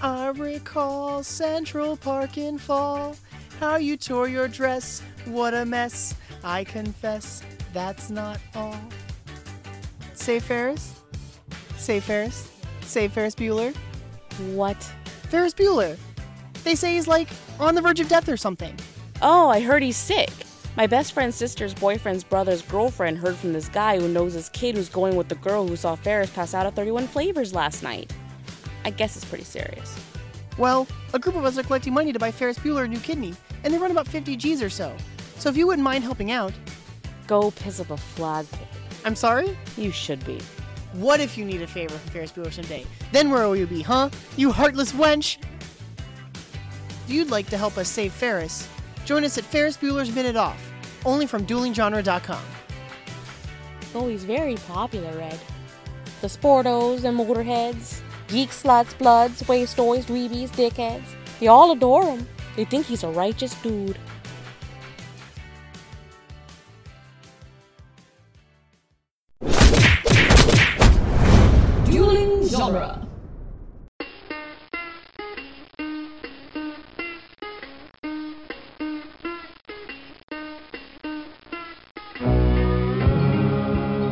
I recall Central Park in fall, how you tore your dress, what a mess. I confess, that's not all. Say Ferris? Say Ferris? Say Ferris Bueller? What? Ferris Bueller! They say he's like on the verge of death or something. Oh, I heard he's sick. My best friend's sister's boyfriend's brother's girlfriend heard from this guy who knows his kid who's going with the girl who saw Ferris pass out at 31 Flavors last night. I guess it's pretty serious. Well, a group of us are collecting money to buy Ferris Bueller a new kidney, and they run about 50 G's or so. So if you wouldn't mind helping out, Go piss up a flagpole. I'm sorry? You should be. What if you need a favor from Ferris Bueller someday? Then where will you be, huh? You heartless wench! If you'd like to help us save Ferris, join us at Ferris Bueller's Minute Off, only from duelinggenre.com. Oh, he's very popular, Red. The Sportos and Motorheads, geek sluts, bloods, wastoys, dweebies, dickheads, they all adore him. They think he's a righteous dude. Dueling genre.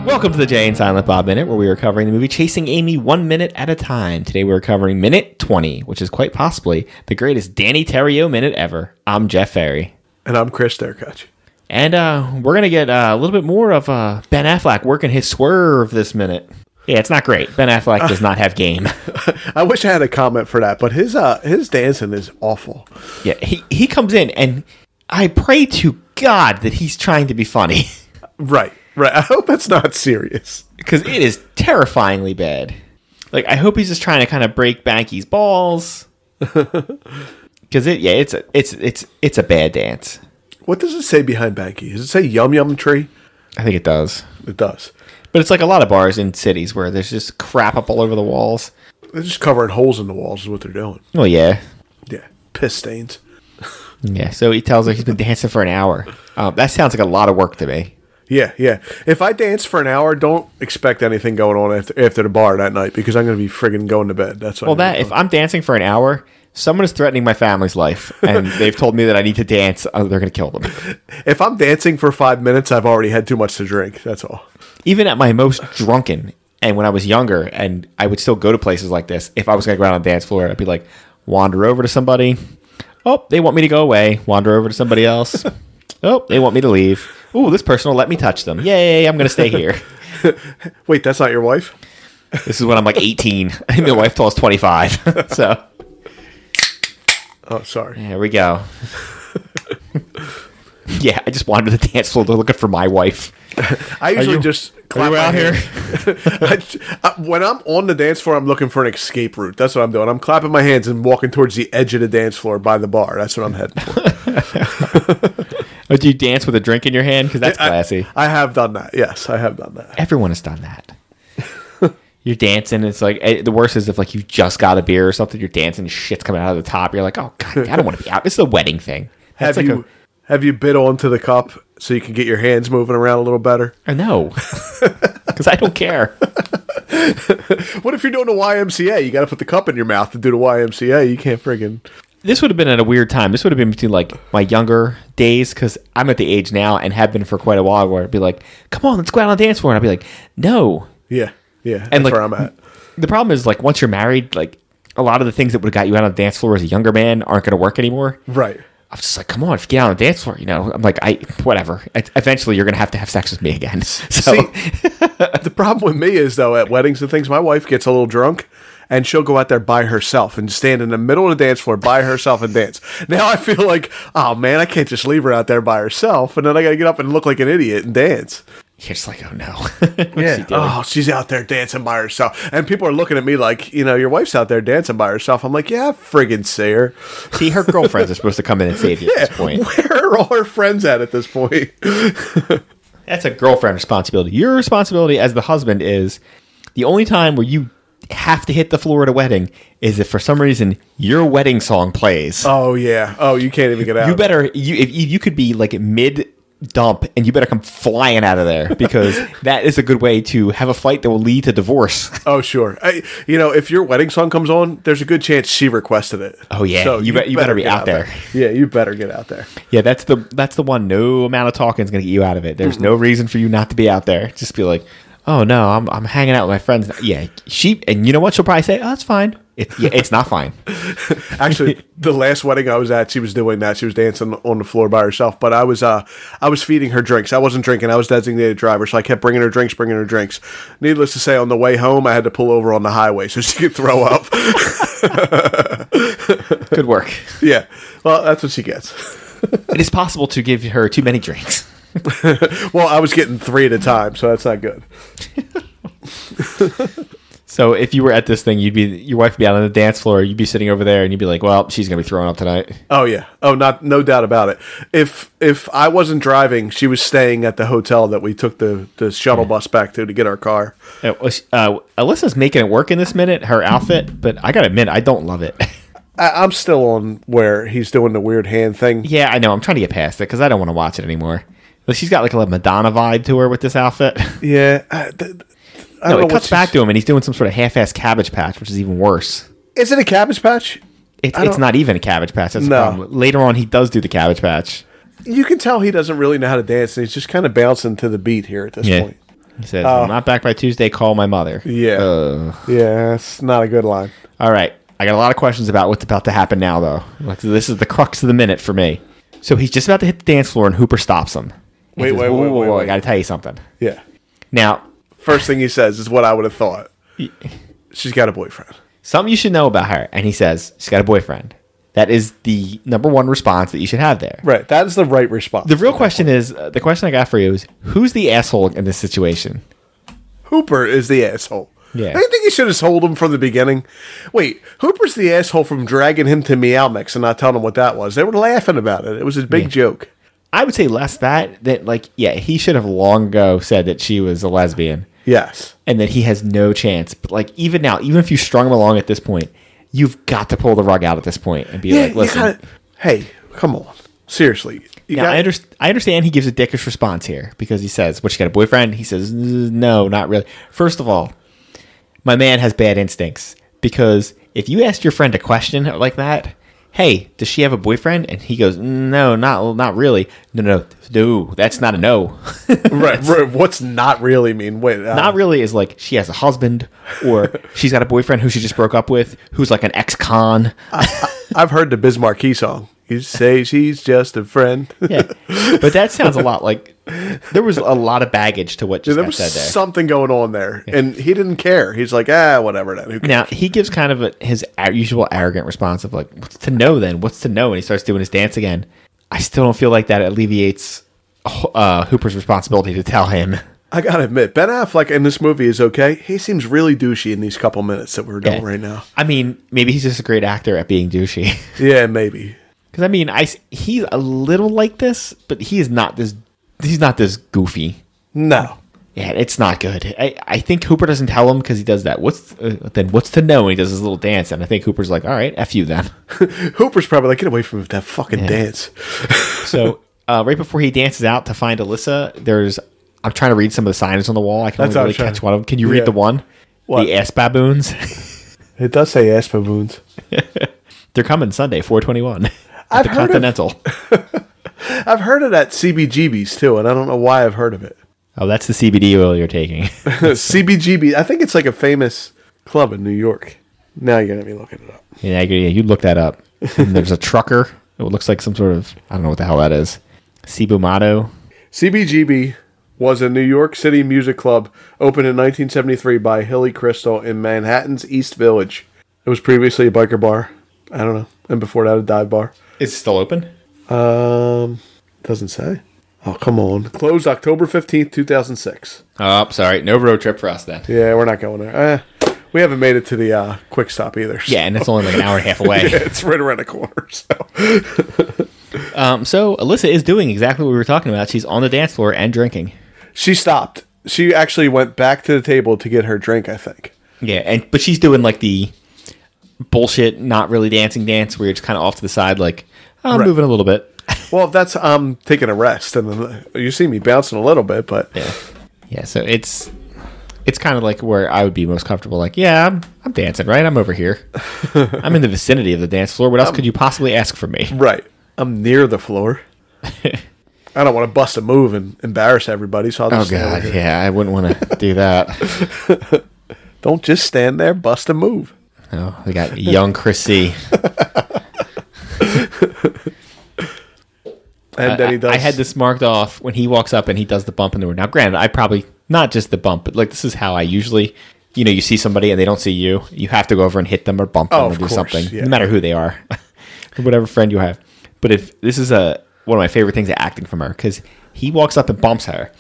Welcome to the Jay and Silent Bob Minute, where we are covering the movie Chasing Amy one minute at a time. Today we are covering minute 20, which is quite possibly the greatest Danny Terrio minute ever. I'm Jeff Ferry. And I'm Chris Derkach. And uh, we're going to get uh, a little bit more of uh, Ben Affleck working his swerve this minute. Yeah, it's not great. Ben Affleck does not have game. I wish I had a comment for that, but his uh his dancing is awful. yeah, he, he comes in, and I pray to God that he's trying to be funny Right, right. I hope it's not serious. because it is terrifyingly bad. Like, I hope he's just trying to kind of break Banky's balls. Because it, yeah, it's a, it's it's it's a bad dance. What does it say behind Banky? Does it say Yum Yum Tree? I think it does. It does. But it's like a lot of bars in cities where there's just crap up all over the walls. They're just covering holes in the walls is what they're doing. Oh yeah, Yeah, piss stains. yeah. So he tells her he's been dancing for an hour. Um, that sounds like a lot of work to me. Yeah, yeah. If I dance for an hour, don't expect anything going on after, after the bar that night because I'm going to be friggin' going to bed. That's what Well, I'm that if I'm dancing for an hour, someone is threatening my family's life, and they've told me that I need to dance. Or they're gonna kill them. if I'm dancing for five minutes, I've already had too much to drink. That's all. Even at my most drunken, and when I was younger, and I would still go to places like this. If I was gonna go out on the dance floor, I'd be like, wander over to somebody. Oh, they want me to go away. Wander over to somebody else. oh, they want me to leave. Ooh, this person will let me touch them. Yay! I'm gonna stay here. Wait, that's not your wife? This is when I'm like 18. My wife tells 25. so Oh, sorry. there we go. yeah, I just wandered the dance floor looking for my wife. I usually you- just Are clap you my out hands. here? I, I, when I'm on the dance floor, I'm looking for an escape route. That's what I'm doing. I'm clapping my hands and walking towards the edge of the dance floor by the bar. That's what I'm heading for. Or Oh, do you dance with a drink in your hand? Because that's I- classy. I have done that. Yes, I have done that. Everyone has done that. You're dancing. It's like eh, the worst is if like you just got a beer or something. You're dancing. Shit's coming out of the top. You're like, oh god, I don't want to be out. This is a wedding thing. Have That's like you have you bit onto the cup so you can get your hands moving around a little better? A, I know. Because I don't care. What if you're doing the YMCA? You got to put the cup in your mouth to do the YMCA. You can't friggin' this would have been at a weird time. This would have been between like my younger days because I'm at the age now and have been for quite a while where I'd be like, "Come on, let's go out on the dance floor," and I'd be like, "No." yeah, yeah. That's And, like, where I'm at. The problem is like once you're married, like a lot of the things that would have got you out on the dance floor as a younger man aren't going to work anymore. Right. I'm just like, "Come on, get out on the dance floor," you know. I'm like, "I whatever." It's- Eventually, you're going to have to have sex with me again. So See, the problem with me is though at weddings and things, my wife gets a little drunk, and she'll go out there by herself and stand in the middle of the dance floor by herself and dance. Now I feel like, oh man, I can't just leave her out there by herself, and then I got to get up and look like an idiot and dance. you're just like, "Oh no." What's she doing? Oh, she's out there dancing by herself, and people are looking at me like, you know, your wife's out there dancing by herself. I'm like, yeah, I friggin' see her. See, her girlfriends are supposed to come in and save you at this point. Where are all her friends at at this point? That's a girlfriend responsibility. Your responsibility as the husband is the only time where you have to hit the floor at a wedding is if for some reason your wedding song plays. Oh yeah. Oh, you can't even get out. you better you if, if you could be like mid dump and you better come flying out of there because that is a good way to have a fight that will lead to divorce. Oh, sure. I, you know, if your wedding song comes on, there's a good chance she requested it. Oh, yeah. You bet- you better be get out there. Yeah, you better get out there. yeah, that's the that's the one. No amount of talking is going to get you out of it. There's no reason for you not to be out there. Just be like, "Oh no, I'm I'm hanging out with my friends." Yeah, she and you know what? She'll probably say, "Oh, that's fine." It, yeah, it's not fine. Actually, the last wedding I was at, she was doing that. She was dancing on the floor by herself. But I was, uh, I was feeding her drinks. I wasn't drinking. I was designated driver, so I kept bringing her drinks, bringing her drinks. Needless to say, on the way home, I had to pull over on the highway so she could throw up. Good work. yeah. Well, that's what she gets. it is possible to give her too many drinks. Well, I was getting three at a time, so that's not good. So if you were at this thing, you'd be your wife would be out on the dance floor. You'd be sitting over there, and you'd be like, "Well, she's gonna be throwing up tonight." Oh yeah. Oh, not no doubt about it. If if I wasn't driving, she was staying at the hotel that we took the the shuttle Hmm. bus back to to get our car. Uh, uh, Alyssa's making it work in this minute, her outfit, but I gotta admit, I don't love it. I, I'm still on where he's doing the weird hand thing. yeah, I know. I'm trying to get past it because I don't want to watch it anymore. But she's got like a little Madonna vibe to her with this outfit. Yeah. I, th- th- no, I don't know it what cuts she's- back to him, and he's doing some sort of half-ass cabbage patch, which is even worse. Is it a cabbage patch? It's, I it's don't- not even a cabbage patch. That's No. the problem. Later on, he does do the cabbage patch. You can tell he doesn't really know how to dance, and he's just kind of bouncing to the beat here at this Yeah. point. He says, "I'm not back by Tuesday. Call my mother." Oh. Yeah. Ugh. Yeah, it's not a good line. All right. I got a lot of questions about what's about to happen now, though. Like, this is the crux of the minute for me. So he's just about to hit the dance floor, and Hooper stops him. He Wait, wait, "Whoa, wait, whoa, wait, whoa, I wait." got to tell you something. Yeah. Now, First thing he says is what I would have thought. She's got a boyfriend. something you should know about her. And he says, she's got a boyfriend. That is the number one response that you should have there. Right. That is the right response. The real question is uh, the question I got for you is who's the asshole in this situation? Hooper is the asshole. Yeah. I think he should have told him from the beginning. Wait, Hooper's the asshole from dragging him to Meow Mix and not telling him what that was. They were laughing about it. It was a big joke. I would say less that, that, like, yeah, he should have long ago said that she was a lesbian. Yes. and that he has no chance. But like even now, even if you strung him along at this point, you've got to pull the rug out at this point and be Yeah, like, you listen. gotta- hey, come on. Seriously. You now, got- I, underst- I understand he gives a dickish response here because he says, "What you got a boyfriend?" He says, "No, not really." First of all, my man has bad instincts because if you asked your friend a question like that, "Hey, does she have a boyfriend?" and he goes, "No, not not really." No, no, no, that's not a no. right, right. What's not really mean? Wait. uh, not really is like she has a husband or she's got a boyfriend who she just broke up with who's like an ex-con I've heard the Biz Markie song. You say she's just a friend. yeah but that sounds a lot like there was a lot of baggage to what just there got was said there something going on there, and he didn't care. He's like, ah, whatever. Then. Who cares? now he gives kind of a, his ar- usual arrogant response of like what's to know then what's to know and he starts doing his dance again i still don't feel like that alleviates uh, hooper's responsibility to tell him I gotta admit, Ben Affleck in this movie is okay. He seems really douchey in these couple minutes that we're doing right now. i mean maybe he's just a great actor at being douchey Yeah, maybe. Because I mean, I s- he's a little like this, but he is not this. He's not this goofy. No. Yeah, it's not good. I, I think Hooper doesn't tell him because he does that. What's uh, then? What's to know? And he does his little dance, and I think Hooper's like, "All right, f you then." Hooper's probably like, get away from that fucking dance. so uh, right before he dances out to find Alyssa, there's I'm trying to read some of the signs on the wall. I can only That's what really I'm trying- catch one of them. Can you read Yeah. the one? What? The ass baboons. It does say ass baboons. They're coming Sunday, 421. I've the heard of- Continental. I've heard of that CBGB's too, and I don't know why I've heard of it. oh, that's the CBD oil you're taking. CBGB, I think it's like a famous club in New York. Now you're gonna be looking it up. Yeah, I agree. Yeah, you look that up. And there's a trucker. It looks like some sort of I don't know what the hell that is. Sibumato. CBGB was a New York City music club opened in 1973 by Hilly Crystal in Manhattan's East Village. It was previously a biker bar. I don't know. And before that, a dive bar. Is it still open? Um, doesn't say. Oh, come on. Closed October 15th, 2006. Oh, sorry. No road trip for us then. Yeah, Yeah, we're not going there. Eh, we haven't made it to the uh, quick stop either. so- and it's only like an hour and a half away. Yeah, it's right around the corner. So. Um, so Alyssa is doing exactly what we were talking about. She's on the dance floor and drinking. She stopped. She actually went back to the table to get her drink, I think. Yeah, and but she's doing like the bullshit, not really dancing dance where you're just kind of off to the side, like "Oh, I'm Right. moving a little bit. Well, that's I'm taking a rest, and then you see me bouncing a little bit, but Yeah. Yeah, so it's it's kind of like where I would be most comfortable. Like, yeah, I'm, I'm dancing, right? I'm over here. I'm in the vicinity of the dance floor. What else could you possibly ask from me? right, I'm near the floor. I don't want to bust a move and embarrass everybody, so I'll Oh just stand god, over here. yeah, I wouldn't want to do that. don't just stand there, bust a move. Oh, we got young Chrissy. And I, then he does. I had this marked off when he walks up and he does the bump in the room. Now, granted, I probably not just the bump, but like this is how I usually, you know, you see somebody and they don't see you, you have to go over and hit them or bump them Oh, or of do course, something, yeah. no matter who they are, or whatever friend you have. But if this is a one of my favorite things of acting from her, because he walks up and bumps her,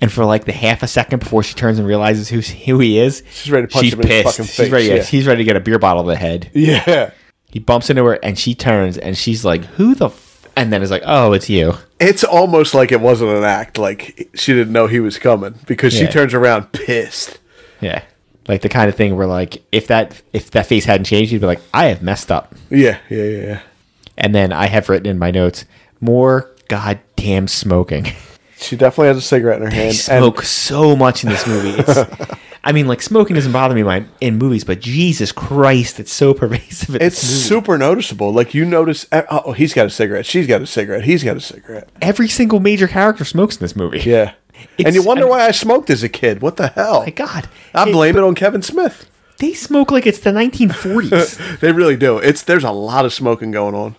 and for like the half a second before she turns and realizes who who he is, She's ready to punch she's him in his pissed. fucking She's ready. face, yeah. She's ready to get a beer bottle to the head yeah, he bumps into her and she turns and she's like, "Who the?" F-? And then it's like, "Oh, it's you." it's almost like it wasn't an act. Like she didn't know he was coming because Yeah. she turns around pissed. Yeah, like the kind of thing where like if that if that face hadn't changed, you'd be like, "I have messed up." Yeah, yeah, yeah. yeah. And then I have written in my notes more goddamn smoking. She definitely has a cigarette in her They hand. smoke so much in this movie. It's, I mean, like smoking doesn't bother me in my- in movies, but Jesus Christ, it's so pervasive. In It's this movie. super noticeable. Like you notice, oh, he's got a cigarette. She's got a cigarette. He's got a cigarette. every single major character smokes in this movie. Yeah. and It's- you wonder I mean- why I smoked as a kid. What the hell? my God, I It- blame it on Kevin Smith. They smoke like it's the 1940s. They really do. It's there's a lot of smoking going on.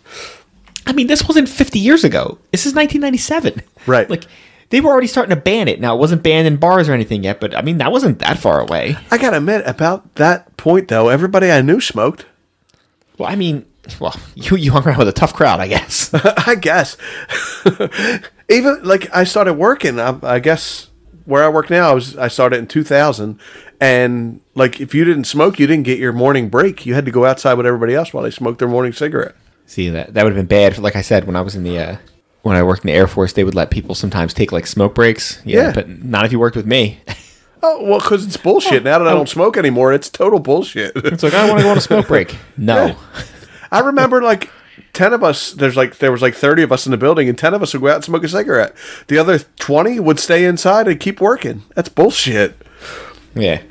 I mean, this wasn't 50 years ago. This is 1997. Right. Like, they were already starting to ban it. Now, it wasn't banned in bars or anything yet, but I mean, that wasn't that far away. I gotta admit, about that point though, everybody I knew smoked. Well, I mean, well, you, you hung around with a tough crowd, I guess. I guess. Even like I started working, I, I guess where I work now, I, was, I started in 2000, and like if you didn't smoke, you didn't get your morning break. You had to go outside with everybody else while they smoked their morning cigarette. See, that, that would have been bad. Like I said, when I was in the, uh, when I worked in the Air Force, they would let people sometimes take like smoke breaks. Yeah. But not if you worked with me. Oh well, because it's bullshit. Now that oh. I don't smoke anymore, it's total bullshit. It's like, I want to go on a smoke break. No. I remember like ten of us. There's like there was like thirty of us in the building, and ten of us would go out and smoke a cigarette. The other twenty would stay inside and keep working. That's bullshit. Yeah.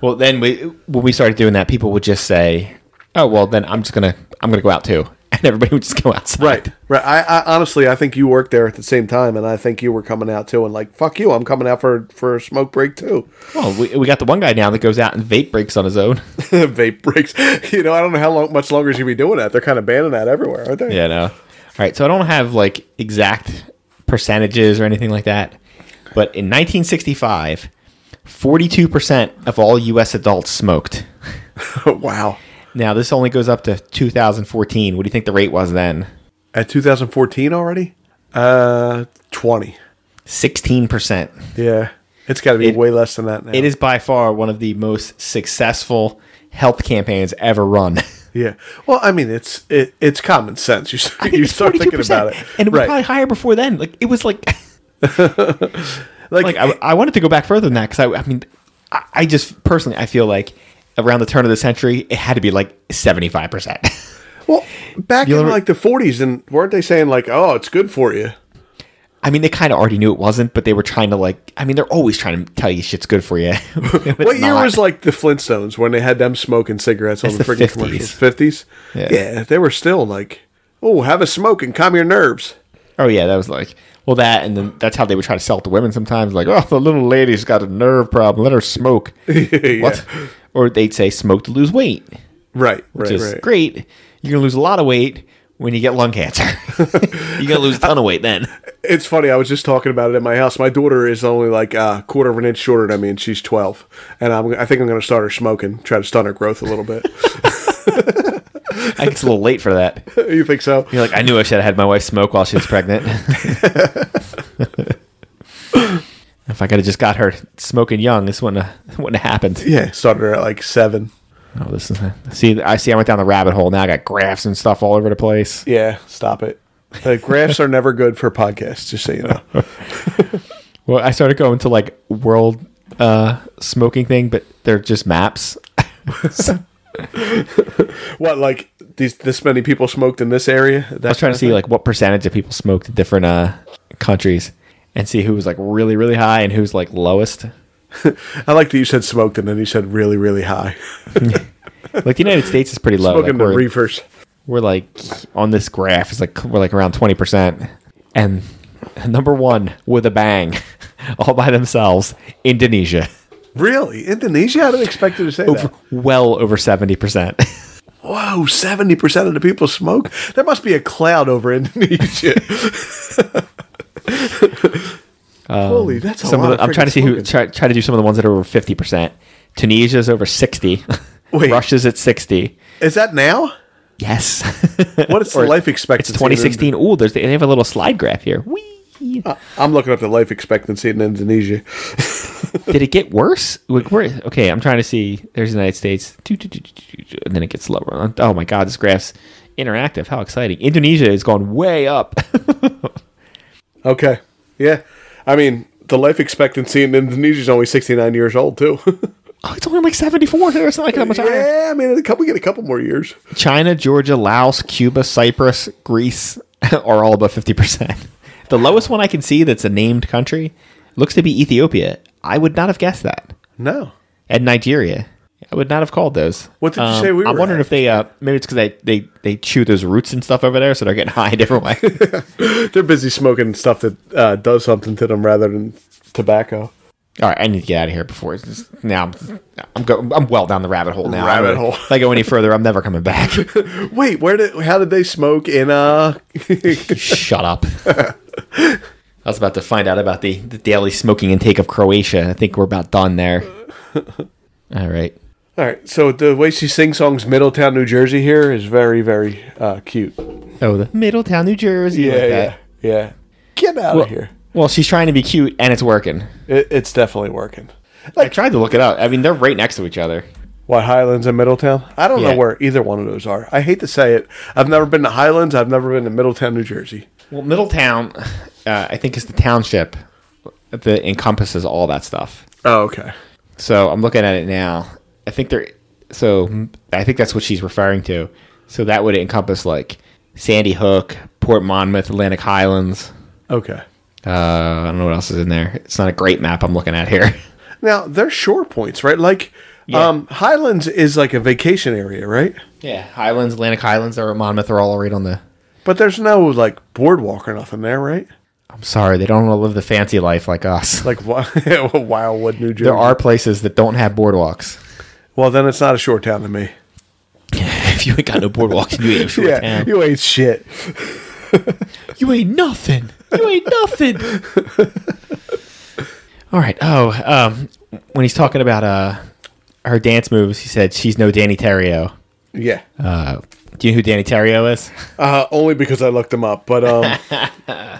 Well, then we when we started doing that, people would just say, "Oh, well, then I'm just gonna I'm gonna go out too," and everybody would just go outside. Right, right. I, I honestly, I think you worked there at the same time, and I think you were coming out too, and like fuck you, I'm coming out for for a smoke break too. Well, we, we got the one guy now that goes out and vape breaks on his own. Vape breaks. You know, I don't know how long, much longer you be doing that. They're kind of banning that everywhere, aren't they? yeah, no. All right, so I don't have like exact percentages or anything like that, but in 1965, 42 percent of all U.S. adults smoked. wow. Now this only goes up to 2014. What do you think the rate was then? At 2014 already, uh, 20. 16 percent. Yeah, it's got to be It- way less than that now. It is by far one of the most successful health campaigns ever run. Yeah. Well, I mean, it's it, it's common sense. You, think you it's start thinking 42%, about it, and it was right? probably higher before then. Like it was like like, like I, I wanted to go back further than that because I, I mean I, I just personally I feel like around the turn of the century it had to be like seventy five percent. well, back in You'll- like the 40s, and weren't they saying like, oh, it's good for you? I mean they kind of already knew it wasn't, but they were trying to like I mean they're always trying to tell you shit's good for you. What year was like the Flintstones when they had them smoking cigarettes on It's the the freaking 50s. commercials? Fifties. Yeah. Yeah. they were still like, oh, have a smoke and calm your nerves. Oh yeah, that was like well that and then that's how they would try to sell it to women sometimes like oh the little lady's got a nerve problem let her smoke Yeah. what or they'd say smoke to lose weight Right. which Right. is right. great you're gonna lose a lot of weight when you get lung cancer you're gonna lose a ton of weight then It's funny. I was just talking about it at my house. My daughter is only like a quarter of an inch shorter than me, and she's twelve. And I'm, I think I'm going to start her smoking, try to stun her growth a little bit. I think it's a little late for that. you think so? You're like, I knew I should have had my wife smoke while she was pregnant. if I could have just got her smoking young, this wouldn't have, wouldn't have happened. Yeah, started her at like seven. Oh, this is see, I see, I went down the rabbit hole. Now I got graphs and stuff all over the place. Yeah, stop it. The graphs are never good for podcasts, just so you know. Well, I started going to like world uh, smoking thing, but they're just maps. So What like these this many people smoked in this area? I was trying to see like what percentage of people smoked in different uh, countries and see who was like really really high and who's like lowest. I like that you said smoked and then you said really really high. Like the United States is pretty low. Like, Smoking the we're, reefers. we're like on this graph is like we're like around twenty percent, and number one with a bang, all by themselves, Indonesia, Really, Indonesia? I didn't expect you to say that. well over seventy percent. Whoa, seventy percent of the people smoke. There must be a cloud over Indonesia. Holy, that's a Um, Some of lot. the, I'm trying to see who try, try to do some of the ones that are over fifty percent. Tunisia is over sixty. Wait. Russia's at sixty. who is that now. Yes, What is the Or life it's expectancy? in 2016. Ooh, there's they have a little slide graph here. Whee! Indo- I'm looking up the life expectancy in Indonesia. Did it get worse? Like, where- okay, I'm trying to see. There's the United States, Doo, doo, doo, doo, doo, doo, and then it gets lower. Oh my God, this graph's interactive. How exciting! Indonesia has gone way up. Okay, yeah. I mean, the life expectancy in Indonesia is only 69 years old too. oh, it's only like 74. There, it's not like that much higher. yeah, I mean, in a couple, we get a couple more years. China, Georgia, Laos, Cuba, Cyprus, Greece are all above 50%. The lowest one I can see that's a named country looks to be Ethiopia. I would not have guessed that. No, And Nigeria. I would not have called those. Um, What did you say we I'm were wondering at? if they, uh, maybe it's because they, they, they chew those roots and stuff over there, so they're getting high a different way. they're busy smoking stuff that uh, does something to them rather than tobacco. all right, I need to get out of here before it's just, now I'm, I'm, go, I'm well down the rabbit hole now. Rabbit If I- hole. If I go any further, I'm never coming back. Wait, where did? How did they smoke in? Uh, Shut up. I was about to find out about the, the daily smoking intake of Croatia. I think we're about done there. All right. all right. So the way she sings songs, Middletown, New Jersey, here is very, very uh, cute. Oh, the Middletown, New Jersey. like that. yeah, yeah. Get out of here. Well, she's trying to be cute, and it's working. It, it's definitely working. I tried to look it up. I mean, they're right next to each other. What Highlands and Middletown? I don't Yeah. know where either one of those are. I hate to say it. I've never been to Highlands. I've never been to Middletown, New Jersey. Well, Middletown, uh, I think, is the township that encompasses all that stuff. Oh, okay. So I'm looking at it now. I think they're so. I think that's what she's referring to. So that would encompass like Sandy Hook, Port Monmouth, Atlantic Highlands. Okay. Uh, I don't know what else is in there. It's not a great map I'm looking at here. Now they're shore points, right? Like, Yeah. um, Highlands is like a vacation area, right? Yeah, Highlands, Atlantic Highlands, or Monmouth are all right on the. But there's no like boardwalk or nothing there, right? I'm sorry, they don't want to live the fancy life like us. Like Wi- Wildwood, New Jersey. there are places that don't have boardwalks. Well, then it's not a shore town to me. if you ain't got no boardwalk, you ain't a short yeah, town. you ain't shit. You ain't nothing. You ain't nothing. All right. Oh, um, when he's talking about uh, her dance moves, he said she's no Danny Terrio. Yeah. Uh, do you know who Danny Terrio is? Uh, only because I looked them up. But um, uh,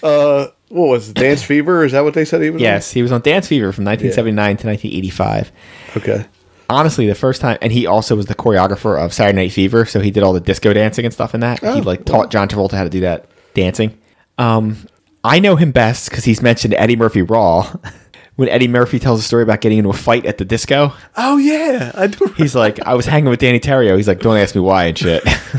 what was it, Dance Fever? Is that what they said? Even Yes, he was on Dance Fever from 1979 to 1985. Okay. Honestly, the first time, and he also was the choreographer of Saturday Night Fever, so he did all the disco dancing and stuff in that. Oh, he like taught John Travolta how to do that dancing. Um, I know him best because he's mentioned Eddie Murphy Raw. when Eddie Murphy tells a story about getting into a fight at the disco, Oh yeah, I do. He's like, I was hanging with Danny Terrio. He's like, don't ask me why and shit.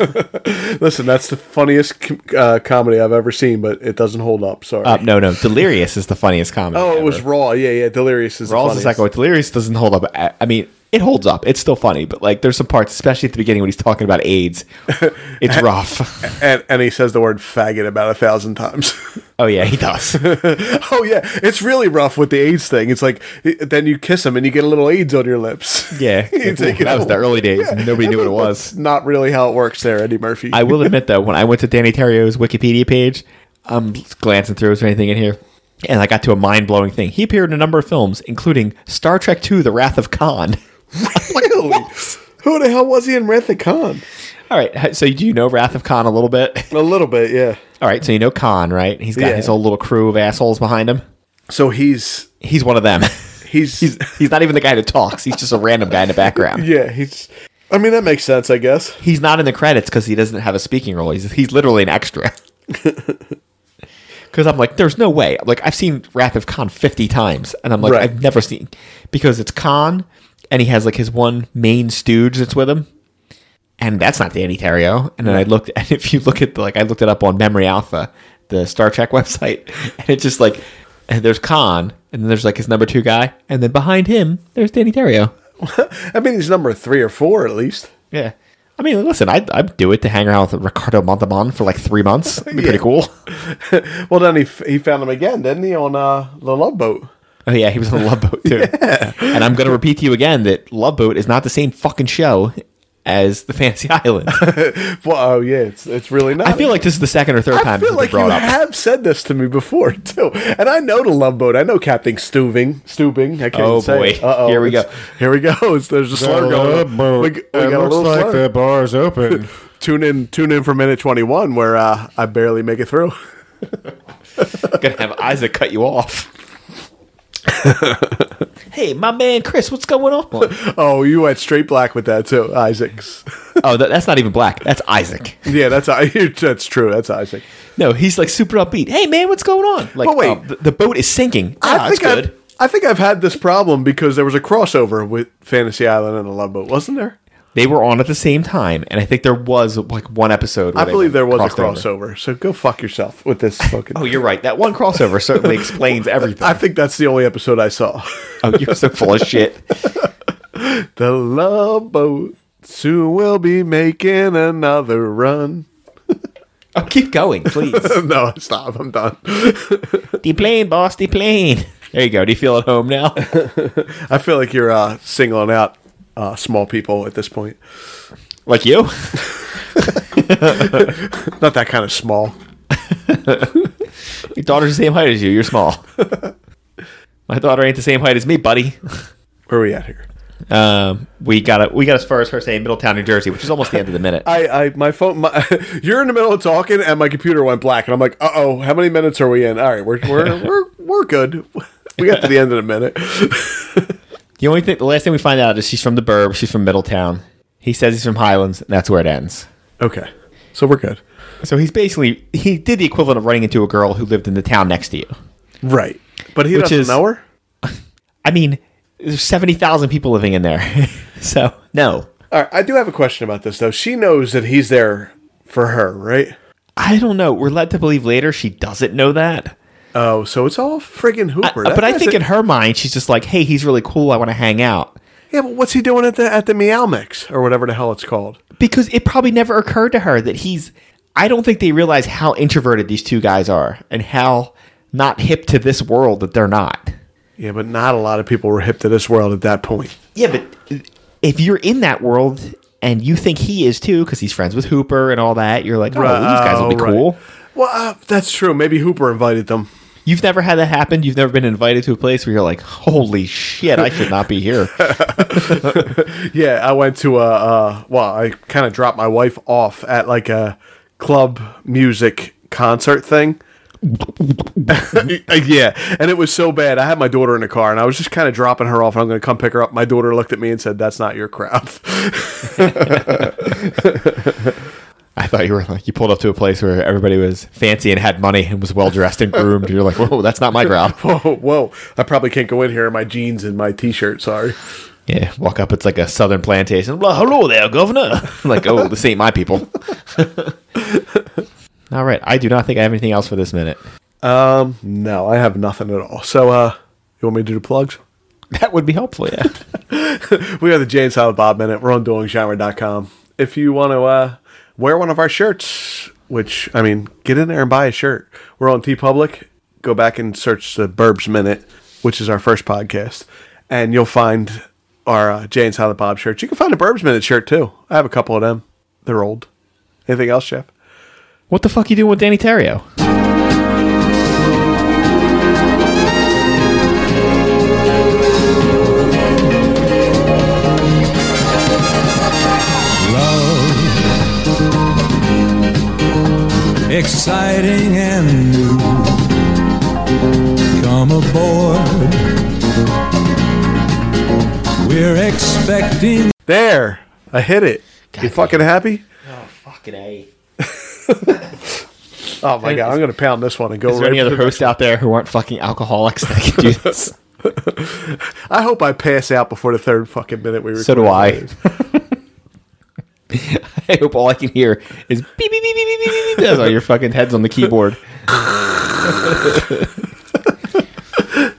Listen, that's the funniest com- uh, comedy I've ever seen, but it doesn't hold up. Sorry. Uh, no, no, Delirious is the funniest comedy. oh, it was ever. Raw. Yeah, yeah. Delirious is Rawls the is like, funniest. oh, Delirious doesn't hold up. I, I mean, it holds up. It's still funny, but like, there's some parts, especially at the beginning when he's talking about AIDS. It's rough. and, and he says the word faggot about a thousand times. oh yeah, he does. oh yeah, it's really rough with the AIDS thing. It's like i- then you kiss him and you get a little AIDS on your lips. Yeah, You Like, take it that was the home. early days. Nobody knew what it That's was. not really how it works there, Eddie Murphy. I will admit though, when I went to Danny Terrio's Wikipedia page, I'm glancing through is there anything in here, and I got to a mind blowing thing. He appeared in a number of films, including Star Trek II: The Wrath of Khan. really? Who the hell was he in Wrath of Khan? All right. So do you know Wrath of Khan a little bit? A little bit, yeah. All right. So you know Khan, right? He's got Yeah. his whole little crew of assholes behind him. So he's He's one of them. he's, he's he's not even the guy who talks. He's just a random guy in the background. yeah he's. I mean that makes sense, I guess. He's not in the credits because he doesn't have a speaking role. He's he's literally an extra. Because I'm like, there's no way. Like I've seen Wrath of Khan 50 times, and I'm like, Right. I've never seen because it's Khan and he has like his one main stooge that's with him, and that's not Danny Terrio. And then I looked, and if you look at the, like I looked it up on Memory Alpha, the Star Trek website, and it's just like and there's Khan, and then there's like his number two guy, and then behind him there's Danny Terrio. I mean, he's number three or four at least. Yeah. I mean, listen, I'd, I'd do it to hang around with Ricardo Montalban for like three months. It'd be pretty cool. Well, then he f- he found him again, didn't he, on uh, the Love Boat? Oh yeah, he was on Love Boat too. And I'm gonna repeat to you again that Love Boat is not the same fucking show as the Fantasy Island. Well, oh yeah, it's it's really not. I feel like this is the second or third I time this feel has been like you brought up. have said this to me before too, and I know the Love Boat. I know Captain Stuving. Stubing. I can't Oh, say. it. boy. Uh-oh, Here we it's- go. Here we go. It's, there's a slur going. on. We, g- we got a little slur. bar is open. Tune in. Tune in for minute 21, where uh, I barely make it through. gonna have Isaac cut you off. hey, my man Chris, what's going on? Oh, you went straight black with that too, Isaacs. oh, that, that's not even black. That's Isaac. yeah, that's that's true. That's Isaac. No, he's like super upbeat. Hey man, what's going on? Like, But wait. uh, the, the boat is sinking. Ah, that's I've- good. I think I've had this problem because there was a crossover with Fantasy Island and the Love Boat, wasn't there? They were on at the same time, and I think there was like one episode. Where I they believe there was a crossed over. crossover. So go fuck yourself with this fucking. Oh, you're right. That one crossover certainly explains everything. I think that's the only episode I saw. oh, you're so full of shit. the Love Boat soon will be making another run. Oh, keep going, please. no, stop. I'm done. the plane, boss. The plane. There you go. Do you feel at home now? I feel like you're uh, singling out uh, small people at this point. like you? Not that kind of small. Your daughter's the same height as you. You're small. My daughter ain't the same height as me, buddy. Where are we at here? Um, we got it. We got as far as her saying Middletown, New Jersey, which is almost the end of the minute. I, I my phone. My, you're in the middle of talking, and my computer went black, and I'm like, uh oh, how many minutes are we in? All right, we're we're we're, we're good. We got to the end of the minute. The only thing, the last thing we find out is she's from the Burb. She's from Middletown. He says he's from Highlands, and that's where it ends. okay, so we're good. So he's basically he did the equivalent of running into a girl who lived in the town next to you. Right, but he Which doesn't is- know her. I mean, there's 70,000 people living in there. so, no. All right, I do have a question about this though. She knows that he's there for her, right? I don't know. We're led to believe later she doesn't know that. Oh, so it's all friggin' Hooper. but That I think in doesn't- her mind, she's just like, hey, he's really cool. I want to hang out. yeah, but what's he doing at the at the Meow Mix or whatever the hell it's called? Because it probably never occurred to her that he's. I don't think they realize how introverted these two guys are and how not hip to this world that they're not. Yeah, but not a lot of people were hip to this world at that point. Yeah, but if you're in that world and you think he is too, because he's friends with Hooper and all that, you're like, oh, these guys will be Oh, right. cool. Well, uh, that's true. Maybe Hooper invited them. You've never had that happen. You've never been invited to a place where you're like, "Holy shit, I should not be here." Yeah, I went to a uh, well, I kind of dropped my wife off at like a club music concert thing. yeah, and it was so bad. I had my daughter in the car, and I was just kind of dropping her off. and I'm going to come pick her up. My daughter looked at me and said, "That's not your crowd." I thought you were like you pulled up to a place where everybody was fancy and had money and was well dressed and groomed. You're like, "Whoa, that's not my crowd." whoa, whoa! I probably can't go in here in my jeans and my t-shirt. Sorry. Yeah, walk up. It's like a southern plantation. Well, hello there, governor. I'm like, oh, this ain't my people. all right, I do not think I have anything else for this minute. Um, no, I have nothing at all. So, uh, you want me to do plugs? That would be helpful. Yeah. We are the Jane Silent Bob Minute. We're on duelinggenre.com. If you want to uh, wear one of our shirts, which, I mean, get in there and buy a shirt. We're on T Public. Go back and search the Burbs Minute, which is our first podcast, and you'll find our uh, Jane Silent Bob shirt. You can find a Burbs Minute shirt, too. I have a couple of them. They're old. Anything else, Jeff? what the fuck you doing with Danny Terrio? love. Exciting and new. Come aboard. We're expecting. There. I hit it. you fucking happy? Fucking a. Oh, my God. I'm going to pound this one and go Is there right any for other the- hosts out there who aren't fucking alcoholics that can do this? I hope I pass out before the third fucking minute we record. So do I. this. I hope all I can hear is beep beep beep beep beep beep. beep. That's all your fucking heads on the keyboard.